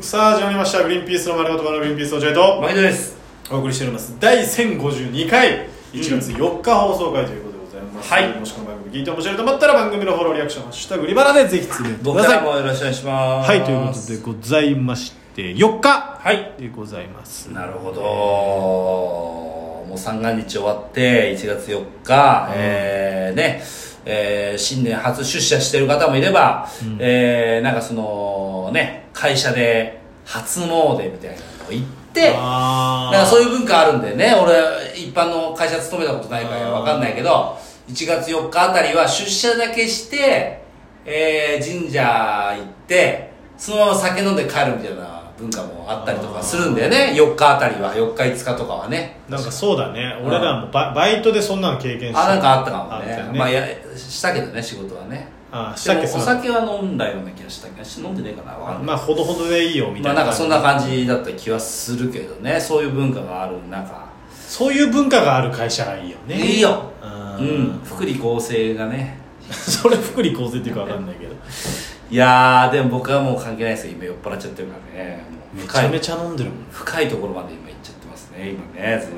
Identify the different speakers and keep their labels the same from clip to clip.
Speaker 1: さあ始まりました「グリーンピースの丸ごと丸グリーンピースおじゃい」と
Speaker 2: 毎度です
Speaker 1: お送りしております第1052回1月4日放送回ということでございます、
Speaker 2: はい
Speaker 1: もしこの番組聞いて面白いと思ったら番組のフォローリアクション「ハッシュタグリバラ」でぜひつぶやいてく
Speaker 2: 僕
Speaker 1: だ
Speaker 2: か
Speaker 1: さ
Speaker 2: ら
Speaker 1: い
Speaker 2: もよろしくお願いします
Speaker 1: はいということでございまして4日
Speaker 2: はい
Speaker 1: でございます
Speaker 2: なるほどもう三が日終わって1月4日、えーね、えー新年初出社してる方もいれば、えーなんかそのね会社で初詣みたいなとこ行って
Speaker 1: あ
Speaker 2: なんかそう
Speaker 1: いう
Speaker 2: いう文化あるんでね、俺、一般の会社勤めたことないからわかんないけど、1月4日あたりは出社だけして、えー、神社行って、そのまま酒飲んで帰るみたいな文化もあったりとかするんだよね、4日あたりは、4日5日とかはね。
Speaker 1: なんかそうだね俺らもババイトでそんなの経験した
Speaker 2: あ、なんかあったかも
Speaker 1: あったよ
Speaker 2: ね。
Speaker 1: ね
Speaker 2: まあ、や、したけどね、仕事はね。
Speaker 1: あした
Speaker 2: で
Speaker 1: っ
Speaker 2: も
Speaker 1: けそ
Speaker 2: お
Speaker 1: の
Speaker 2: 酒は飲んだような気がしたけど、飲んでねえかな、わかんない。
Speaker 1: まあほどほどでいいよみ
Speaker 2: ま
Speaker 1: た
Speaker 2: あ、
Speaker 1: いな、
Speaker 2: なんかそんな感じだった気はするけどね、そういう文化がある中、
Speaker 1: そういう文化がある会社がいいよね
Speaker 2: いいよ
Speaker 1: あ
Speaker 2: う
Speaker 1: ー
Speaker 2: ん、福利厚生がね。
Speaker 1: それ福利厚生っていうかわかんないけど
Speaker 2: いやー、でも僕はもう関係ないですよ。今酔っ払っちゃってるからね。もう
Speaker 1: めち
Speaker 2: 深
Speaker 1: ゃめ
Speaker 2: い、
Speaker 1: ちゃ飲んでるもん
Speaker 2: 深いところまで今行っちゃってますね。今ね、ずい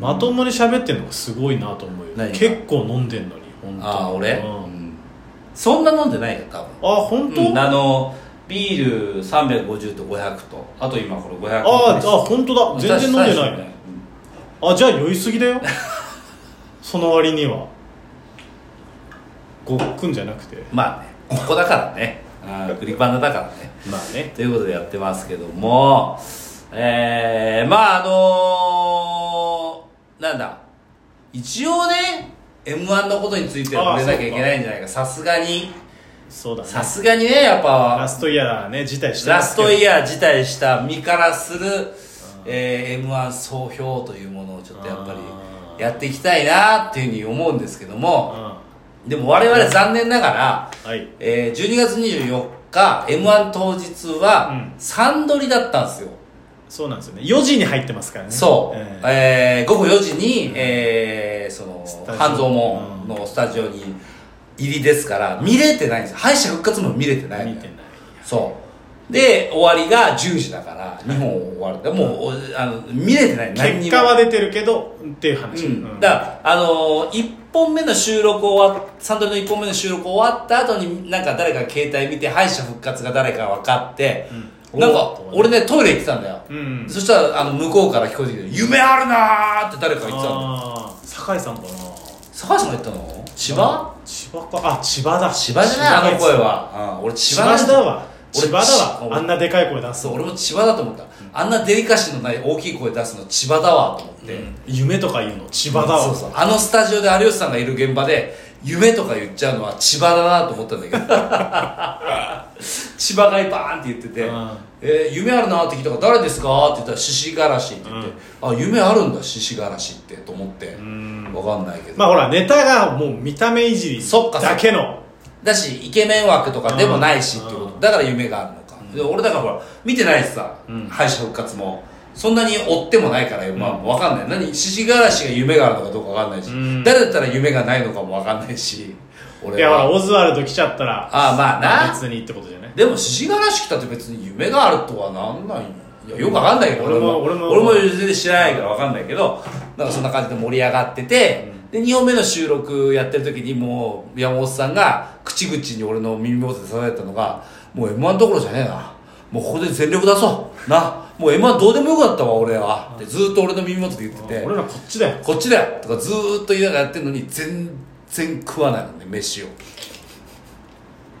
Speaker 2: ぶん。
Speaker 1: まともに喋ってんのがすごいなと思うよ
Speaker 2: 何が
Speaker 1: 結構飲んでんのに本当
Speaker 2: あー、俺、
Speaker 1: うん
Speaker 2: う
Speaker 1: あ
Speaker 2: んそんな飲んでないよ、多分。
Speaker 1: 本当、
Speaker 2: うん、
Speaker 1: あ
Speaker 2: あの、ビール350と500と、あと今これ500
Speaker 1: あーあ本当だ全然飲んでない
Speaker 2: ね
Speaker 1: ね。あじゃあ酔いすぎだよ その割にはごっくんじゃなくて
Speaker 2: まあね、ここだからね。あーグリバナだからね。
Speaker 1: まあね
Speaker 2: ということでやってますけども、えー、まああのー、なんだ、一応ね、M1 のことについては触れなきゃいけないんじゃないか、さすがに、
Speaker 1: そうだね
Speaker 2: さすがにね、やっ
Speaker 1: ラ
Speaker 2: ぱ、
Speaker 1: ストイヤーだね辞退してま
Speaker 2: ラ
Speaker 1: す
Speaker 2: ス
Speaker 1: けど
Speaker 2: トイヤー辞退した身からする、えー、M1 総評というものをちょっとやっぱ
Speaker 1: あー
Speaker 2: りやっていきたいなっていうふうに思うんですけども、
Speaker 1: う
Speaker 2: でも我々残念なが
Speaker 1: ん
Speaker 2: ら、
Speaker 1: はい
Speaker 2: えー、12月24日、M1 当日は、
Speaker 1: う
Speaker 2: サンドリだったんですよ。
Speaker 1: そうなんですよね4時に入ってますからね
Speaker 2: そう、
Speaker 1: ええ
Speaker 2: えー午後4時に、えーその
Speaker 1: スタジオ
Speaker 2: 半蔵門のスタジオに入りですから見れてないんですよ敗者復活も見れてない
Speaker 1: 見てない
Speaker 2: そうで終わりが10時だから2本終わるでもう、おあの見れてない何に
Speaker 1: 結
Speaker 2: も
Speaker 1: 果は出てるけどっていう話、
Speaker 2: うん、だから、あのー、1本目の収録終わっサンドリの1本目の収録終わった後になんか誰か携帯見て敗者復活が誰か分かって、
Speaker 1: うん
Speaker 2: なん
Speaker 1: お
Speaker 2: か
Speaker 1: ーっと
Speaker 2: 俺ねトイレ行ってたんだよ、
Speaker 1: うん
Speaker 2: そしたらあの向こうから聞こえてきて「夢あるな!」って誰かが言ってたの
Speaker 1: ああ酒井さんかな
Speaker 2: 坂井さんが言ったの千葉
Speaker 1: 千葉かあ千葉だ
Speaker 2: 千葉じゃないあの声
Speaker 1: 千葉
Speaker 2: は、うん、俺千
Speaker 1: 千
Speaker 2: 葉
Speaker 1: 葉
Speaker 2: なん
Speaker 1: だわ
Speaker 2: 俺
Speaker 1: 千葉だ
Speaker 2: 千
Speaker 1: わ
Speaker 2: 葉
Speaker 1: あんなでかい声出す
Speaker 2: そう俺も千葉だと思った、あんなデリカシーのない大きい声出すの千葉だわと思って、
Speaker 1: 夢とか言うの千葉だわ
Speaker 2: そうそうあのスタジオで有吉さんがいる現場で夢とか言っちゃうのは千葉だなと思ったんだけど千葉がいバーンって言ってて
Speaker 1: うん
Speaker 2: 「えー夢あるな」って聞いたから「誰ですか?」って言ったら「獅子がらし」って言って「あ夢あるんだ獅子がらし」ってと思って
Speaker 1: ん
Speaker 2: わかんないけど、
Speaker 1: まあほらネタがもう見た目いじり
Speaker 2: そっかそっか
Speaker 1: だけの
Speaker 2: だしイケメン枠とかでもないしってこ
Speaker 1: う
Speaker 2: とだから夢があるのか、で俺だからほら見てないしさ、敗者復活もそんなに追ってもないから、まあわかんない何獅子がらしが夢があるのかどうかわかんないし、
Speaker 1: うん
Speaker 2: 誰だったら夢がないのかもわかんないし
Speaker 1: い
Speaker 2: 俺
Speaker 1: やほら
Speaker 2: は
Speaker 1: オズワルド来ちゃったら
Speaker 2: ああまあな
Speaker 1: ま別にってことじゃない
Speaker 2: でも獅子がらし来たって別に夢があるとはなんないいやよくわかんないけど
Speaker 1: 俺も俺も
Speaker 2: 俺も全然知らないからわかんないけどなんかそんな感じで盛り上がってて、で2本目の収録やってる時にもう山本さんが口々に俺の耳元で支えたのが「もう m 1どころじゃねえなもうここで全力出そうなもう m 1どうでもよかったわ俺は」ってずーっと俺の耳元で言ってて
Speaker 1: 俺らこっちだよ
Speaker 2: こっちだよとかずーっと言いながらやってるのに全然食わないのね飯を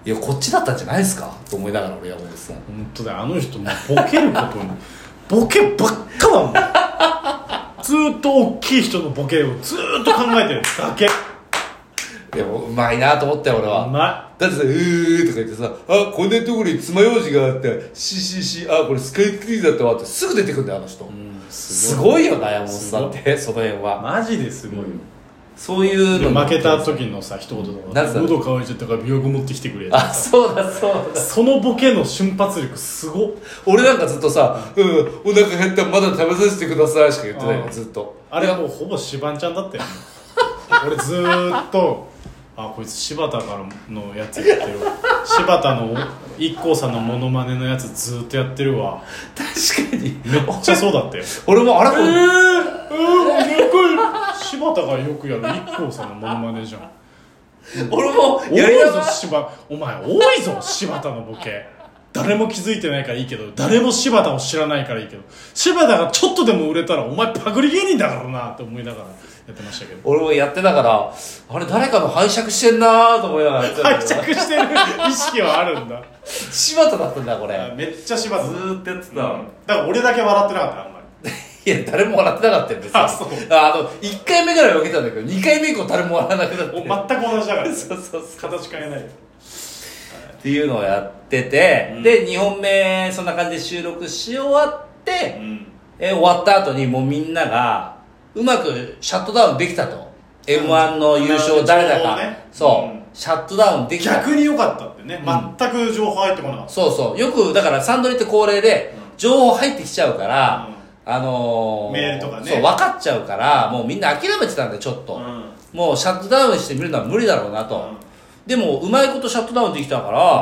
Speaker 2: いやこっちだったんじゃないですかと思いながら俺山本さん
Speaker 1: 本当だよあの人もうボケることに ボケばっかだもんずーっと大きい人のボケをずーっと考えてるだ け
Speaker 2: いやもううまいなと思ったよ俺は
Speaker 1: うま
Speaker 2: だってさ「うー」とか言ってさ「あこんなところに爪楊枝があってしししあこれスカイツリーだったわ」ってすぐ出てくるんだよあの人、
Speaker 1: い
Speaker 2: すごいよな山本さんってその辺は、
Speaker 1: マジですごいよ、
Speaker 2: そういう
Speaker 1: で
Speaker 2: の
Speaker 1: 負けた時のさ一言とか
Speaker 2: なんつった
Speaker 1: 喉乾いちゃったから美容持ってきてくれ」
Speaker 2: あそうだそうだ
Speaker 1: そのボケの瞬発力すごっ
Speaker 2: 俺なんかずっとさ「うんお腹減ったまだ食べさせてください」しか言ってないのずっと
Speaker 1: あれもうほぼシバンちゃんだったよ、 ね、俺ずーっとあこいつ柴田からのやつやってる柴田の IKKO さんのモノマネのやつずっとやってるわ
Speaker 2: 確かに
Speaker 1: めっちゃそうだ って
Speaker 2: 俺もあれ
Speaker 1: えー、えー、よく柴田がよくやる IKKO さんのモノマネじゃん
Speaker 2: 俺も
Speaker 1: 多
Speaker 2: やり
Speaker 1: い
Speaker 2: なが
Speaker 1: ぞ
Speaker 2: ら
Speaker 1: 柴お前多いぞ柴田のボケ誰も気づいてないからいいけど誰も柴田を知らないからいいけど柴田がちょっとでも売れたらお前パクリ芸人だからなって思いながらやってましたけど
Speaker 2: 俺もやってたからあれ誰かの拝借してんなーと思いながらやってた
Speaker 1: 愛
Speaker 2: ん
Speaker 1: 着
Speaker 2: だけど
Speaker 1: してる意識はあるんだ
Speaker 2: 柴田だったんだこれ
Speaker 1: めっちゃ柴田
Speaker 2: ずーっとやってたわ
Speaker 1: だから俺だけ笑ってなかったあんまり
Speaker 2: いや誰も笑ってなかったよ別に
Speaker 1: あそう
Speaker 2: ああの1回目ぐらいは受けたんだけど2回目以降誰も笑わなくなっ
Speaker 1: お
Speaker 2: て
Speaker 1: 全く同じだから
Speaker 2: そうそうそう
Speaker 1: 形変えないよ
Speaker 2: っていうのをやってて、
Speaker 1: うん
Speaker 2: で2本目そんな感じで収録し終わって、え終わった後にもうみんながうまくシャットダウンできたと m 1の優勝誰だ
Speaker 1: なるほど
Speaker 2: か、
Speaker 1: ね
Speaker 2: そう、
Speaker 1: うん
Speaker 2: シャットダウンできた
Speaker 1: 逆に良かったってね
Speaker 2: うん
Speaker 1: 全く情報入ってこなかっ
Speaker 2: そうそうよくだからサンドリって恒例で
Speaker 1: うん
Speaker 2: 情報入ってきちゃうから、
Speaker 1: うん
Speaker 2: あのー、
Speaker 1: メールとかね
Speaker 2: そう分かっちゃうからもうみんな諦めてたんだよちょっ
Speaker 1: た
Speaker 2: と、
Speaker 1: うん
Speaker 2: もうシャットダウンしてみるのは無理だろうなと、でもうまいことシャットダウンできたから、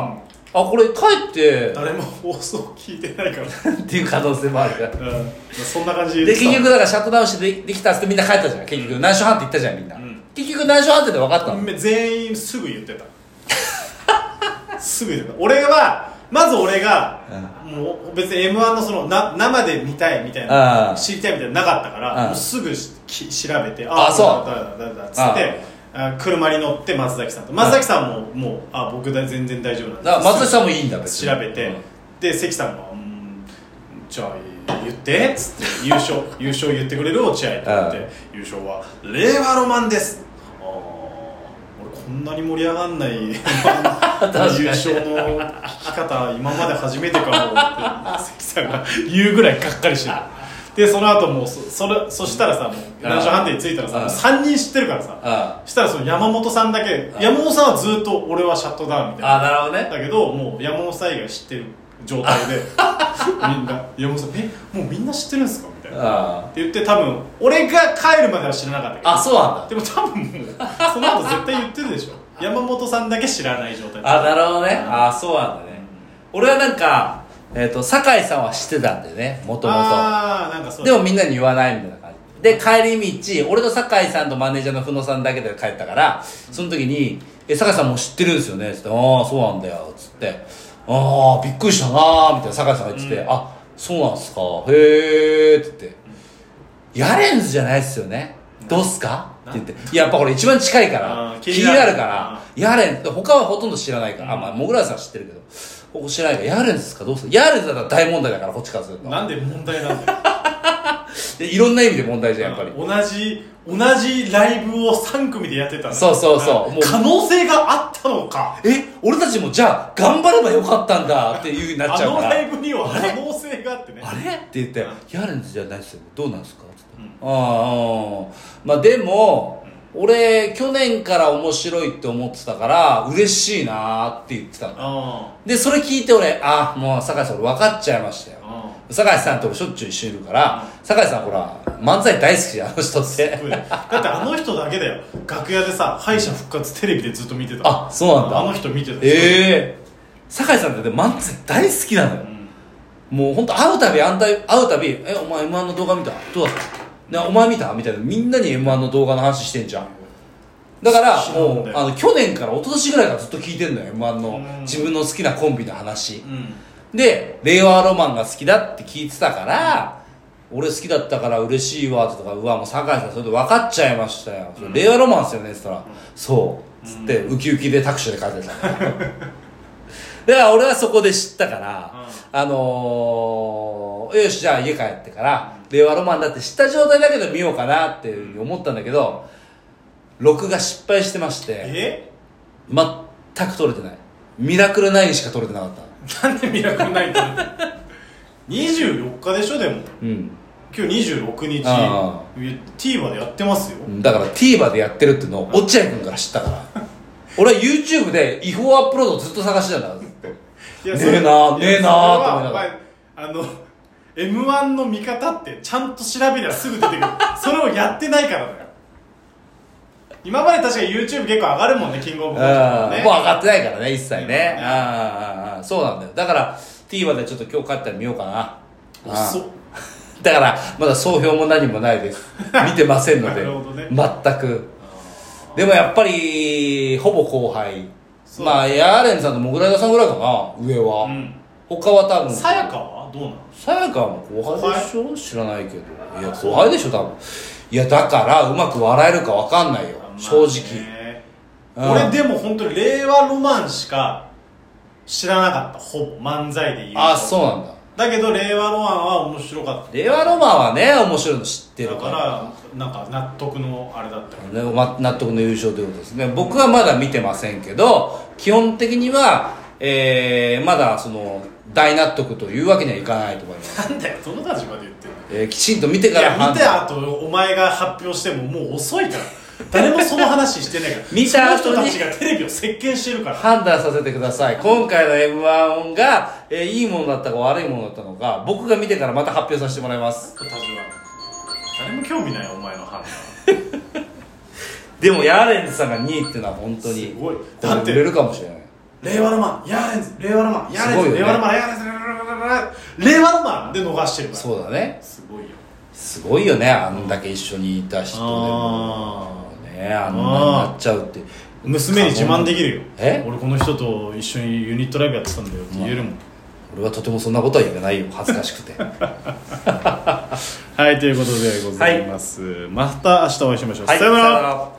Speaker 2: あこれ帰って
Speaker 1: 誰も放送聞いてないから
Speaker 2: っていう可能性もあるから
Speaker 1: うんそんな感じ
Speaker 2: で
Speaker 1: 言っ
Speaker 2: 結
Speaker 1: てた
Speaker 2: 局だからシャットダウンしてでできたっつってみんな帰ったじゃん結局内緒判定行ったじゃんみんな、
Speaker 1: うん
Speaker 2: 結局内緒判定で分かったの、
Speaker 1: 全員すぐ言ってたすぐ言ってた俺はまず俺が、もう別に m 1のそのな生で見たいみたいな、
Speaker 2: うん
Speaker 1: 知りたいみたいなのなかったから、
Speaker 2: うん
Speaker 1: もうすぐき調べて
Speaker 2: あそう
Speaker 1: 誰だ誰だ誰だっつってあ車に乗って松崎さんと松崎さんも、もうあ僕だ全然大丈夫なんで
Speaker 2: だから松崎さんもいいんだ
Speaker 1: すぐ調べて、で関さんが「うんじゃあ言って」っつって「優 勝優勝言ってくれる落合」って言って、
Speaker 2: うん
Speaker 1: 優勝は「令和ロマンです」ああ俺こんなに盛り上がんない優
Speaker 2: かに
Speaker 1: 勝の聞き方今まで初めてかもって関さんが 言うぐらいがっかりしてるでその後もうそそれそしたらさもう
Speaker 2: うん
Speaker 1: 内緒判定についたらさ、
Speaker 2: うん
Speaker 1: 3人知ってるからさ、
Speaker 2: あ
Speaker 1: したらその山本さんだけ
Speaker 2: うん
Speaker 1: 山本さんはずっと俺はシャットダウンみたいな
Speaker 2: あなるほどね
Speaker 1: だけどもう山本さん以外知ってる状態で みんな山本さん「えもうみんな知ってるんですか?」みたいなっ
Speaker 2: あ
Speaker 1: て言って多分俺が帰るまでは知らなかったけど
Speaker 2: あそうなんだ
Speaker 1: でも多分もうその後絶対言ってるでしょ山本さんだけ知らない状態
Speaker 2: あなるほどねあそうなんだね俺はなんか、えっと酒井さんは知ってたんだよねもともと
Speaker 1: ああなんかそう
Speaker 2: でもみんなに言わないみたいな感じで帰り道俺と酒井さんとマネージャーの久野さんだけで帰ったからその時に「え酒井さんもう知ってるんですよね」っつって「ああそうなんだよ」っつって「ああびっくりしたな」みたいな酒井さんが言ってて「
Speaker 1: うん
Speaker 2: あそうなんすかへえ」って言って「ヤレンズじゃないっすよねどうっすか?」って言って「いややっぱこれ一番近いから
Speaker 1: あー
Speaker 2: 気
Speaker 1: 気
Speaker 2: に
Speaker 1: に
Speaker 2: な
Speaker 1: な
Speaker 2: る
Speaker 1: る
Speaker 2: からヤレンズ他はほとんど知らないから、あまあモグラさんは知ってるけど僕知らないからヤレンズっすかどうっすかヤレンズだったら大問題だからこっちからすると
Speaker 1: なんで問題なんだよ
Speaker 2: でいろんな意味で問題じゃん やっぱり
Speaker 1: 同じ同じライブを3組でやってたんだ
Speaker 2: そうそうそうもう
Speaker 1: 可能性があったのか
Speaker 2: え俺たちもじゃあ頑張ればよかったんだっていう風になっち
Speaker 1: あ
Speaker 2: ゃう
Speaker 1: の
Speaker 2: から
Speaker 1: ライブには可能性があってね
Speaker 2: あれって言って「やるんじゃないですよどうなんですか?」って言って「
Speaker 1: う
Speaker 2: ああああまあでも俺去年から面白いって思ってたから嬉しいなーって言ってたの
Speaker 1: あ
Speaker 2: でそれ聞いて俺あもう酒井さん俺分かっちゃいましたよ
Speaker 1: ああ
Speaker 2: 酒井さんと俺しょっちゅう一緒にいるから酒井さんほら漫才大好きじゃんあの人って
Speaker 1: あだってあの人だけだよ楽屋でさ敗者復活テレビでずっと見てた
Speaker 2: あそうなんだ
Speaker 1: あの人見てた
Speaker 2: ええ酒井さんってでも漫才大好きなのよ
Speaker 1: うん
Speaker 2: もう本当会うたびあんた会うたび「えお前 m 1の動画見たどうだったなお前見た?」みたいなみんなに m 1の動画の話してんじゃんだから
Speaker 1: 知らん
Speaker 2: も
Speaker 1: ね
Speaker 2: うあの去年から一昨年ぐらいからずっと聞いてんのよ m 1の
Speaker 1: うん
Speaker 2: 自分の好きなコンビの話
Speaker 1: うん
Speaker 2: で令和ロマンが好きだって聞いてたから、俺好きだったから嬉しいわってとかうわもう酒井さんそれで分かっちゃいましたよ、それ令和ロマンっすよねって言ったら、そうっつってウキウキでタクシーで帰ってただから俺はそこで知ったから、あのー、よしじゃあ家帰ってから令和ロマンだって知った状態だけど見ようかなっていうふうに思ったんだけど録画失敗してまして
Speaker 1: え
Speaker 2: 全く撮れてないミラクル9しか撮れてなかった
Speaker 1: なんでミラクルナイトなんだよ24日でしょでも
Speaker 2: うん
Speaker 1: 今日26日
Speaker 2: あ
Speaker 1: TVer でやってますよ
Speaker 2: だから TVer でやってるっていうのを落合君から知った から俺は YouTube で違法アップロードをずっと探してたんだから
Speaker 1: い
Speaker 2: ねえなねえな
Speaker 1: それ
Speaker 2: と
Speaker 1: は
Speaker 2: 思いながら
Speaker 1: お前あの m 1の見方ってちゃんと調べりゃすぐ出てくるそれをやってないからだよ今まで確かに YouTube 結構上がるもんねキングオブ
Speaker 2: うん
Speaker 1: コ
Speaker 2: もう上
Speaker 1: ントもね
Speaker 2: がってないからね一切ね
Speaker 1: う
Speaker 2: うんんうんうんうんそうなんだよだから TVer でちょっと今日帰ったら見ようかなうん
Speaker 1: 遅っ
Speaker 2: だからまだ総評も何もないです 見てませんので
Speaker 1: なるほどね
Speaker 2: 全くでもやっぱりほぼ後輩
Speaker 1: そう
Speaker 2: まあヤーレンさんとモグライダーさんぐらいかな上は、
Speaker 1: うん
Speaker 2: 他は多分
Speaker 1: さやかはどうなの
Speaker 2: さやかも後輩でしょ知らないけどいや後輩でしょ多分いやだからうまく笑えるかわかんないよ正直
Speaker 1: まあね俺でも本当に令和ロマンしか知らなかったほぼ漫才で言うと
Speaker 2: あそうなんだ
Speaker 1: だけど令和ロマンは面白かっ
Speaker 2: 令和ロマンはね面白いの知って
Speaker 1: た
Speaker 2: る
Speaker 1: だ
Speaker 2: から
Speaker 1: からなんか納得のあれだったよ
Speaker 2: ねま納得の優勝ということですね僕はまだ見てませんけど基本的には、えーまだその大納得というわけにはいかないと思います、
Speaker 1: なんだよその立場で言ってる
Speaker 2: えーきちんと見て
Speaker 1: い
Speaker 2: から
Speaker 1: や見
Speaker 2: 判
Speaker 1: た
Speaker 2: 断
Speaker 1: 後お前が発表してももう遅いから誰もその話してないから
Speaker 2: 見た後に
Speaker 1: その人たちがテレビを席巻してるから
Speaker 2: 判断させてください今回の m 1が、えーいいものだったか悪いものだったのか僕が見てからまた発表させてもらいます
Speaker 1: 立場誰も興味ないよお前の判断
Speaker 2: でもヤーレンズさんが2位っていうのは本当に
Speaker 1: すごい
Speaker 2: これ
Speaker 1: だって
Speaker 2: 売れるかもしれない
Speaker 1: 令和ロマン、ヤーレンズ、令和ロマン、ヤーレン
Speaker 2: すごい
Speaker 1: ズ、令
Speaker 2: よね
Speaker 1: 和ロマン、ヤーレンズ、令和ロマンで逃してるから。
Speaker 2: そうだね
Speaker 1: すごいよ。
Speaker 2: すごいよねあんだけ一緒にいた人で
Speaker 1: あ
Speaker 2: もねあんなになっちゃうって
Speaker 1: 娘に自慢できるよ。
Speaker 2: え
Speaker 1: 俺この人と一緒にユニットライブやってたんだよって言えるもん。
Speaker 2: 俺はとてもそんなことは言えないよ恥ずかしくて
Speaker 1: はい、ということでございます。また明日お会いしましょう。さよなら。
Speaker 2: ら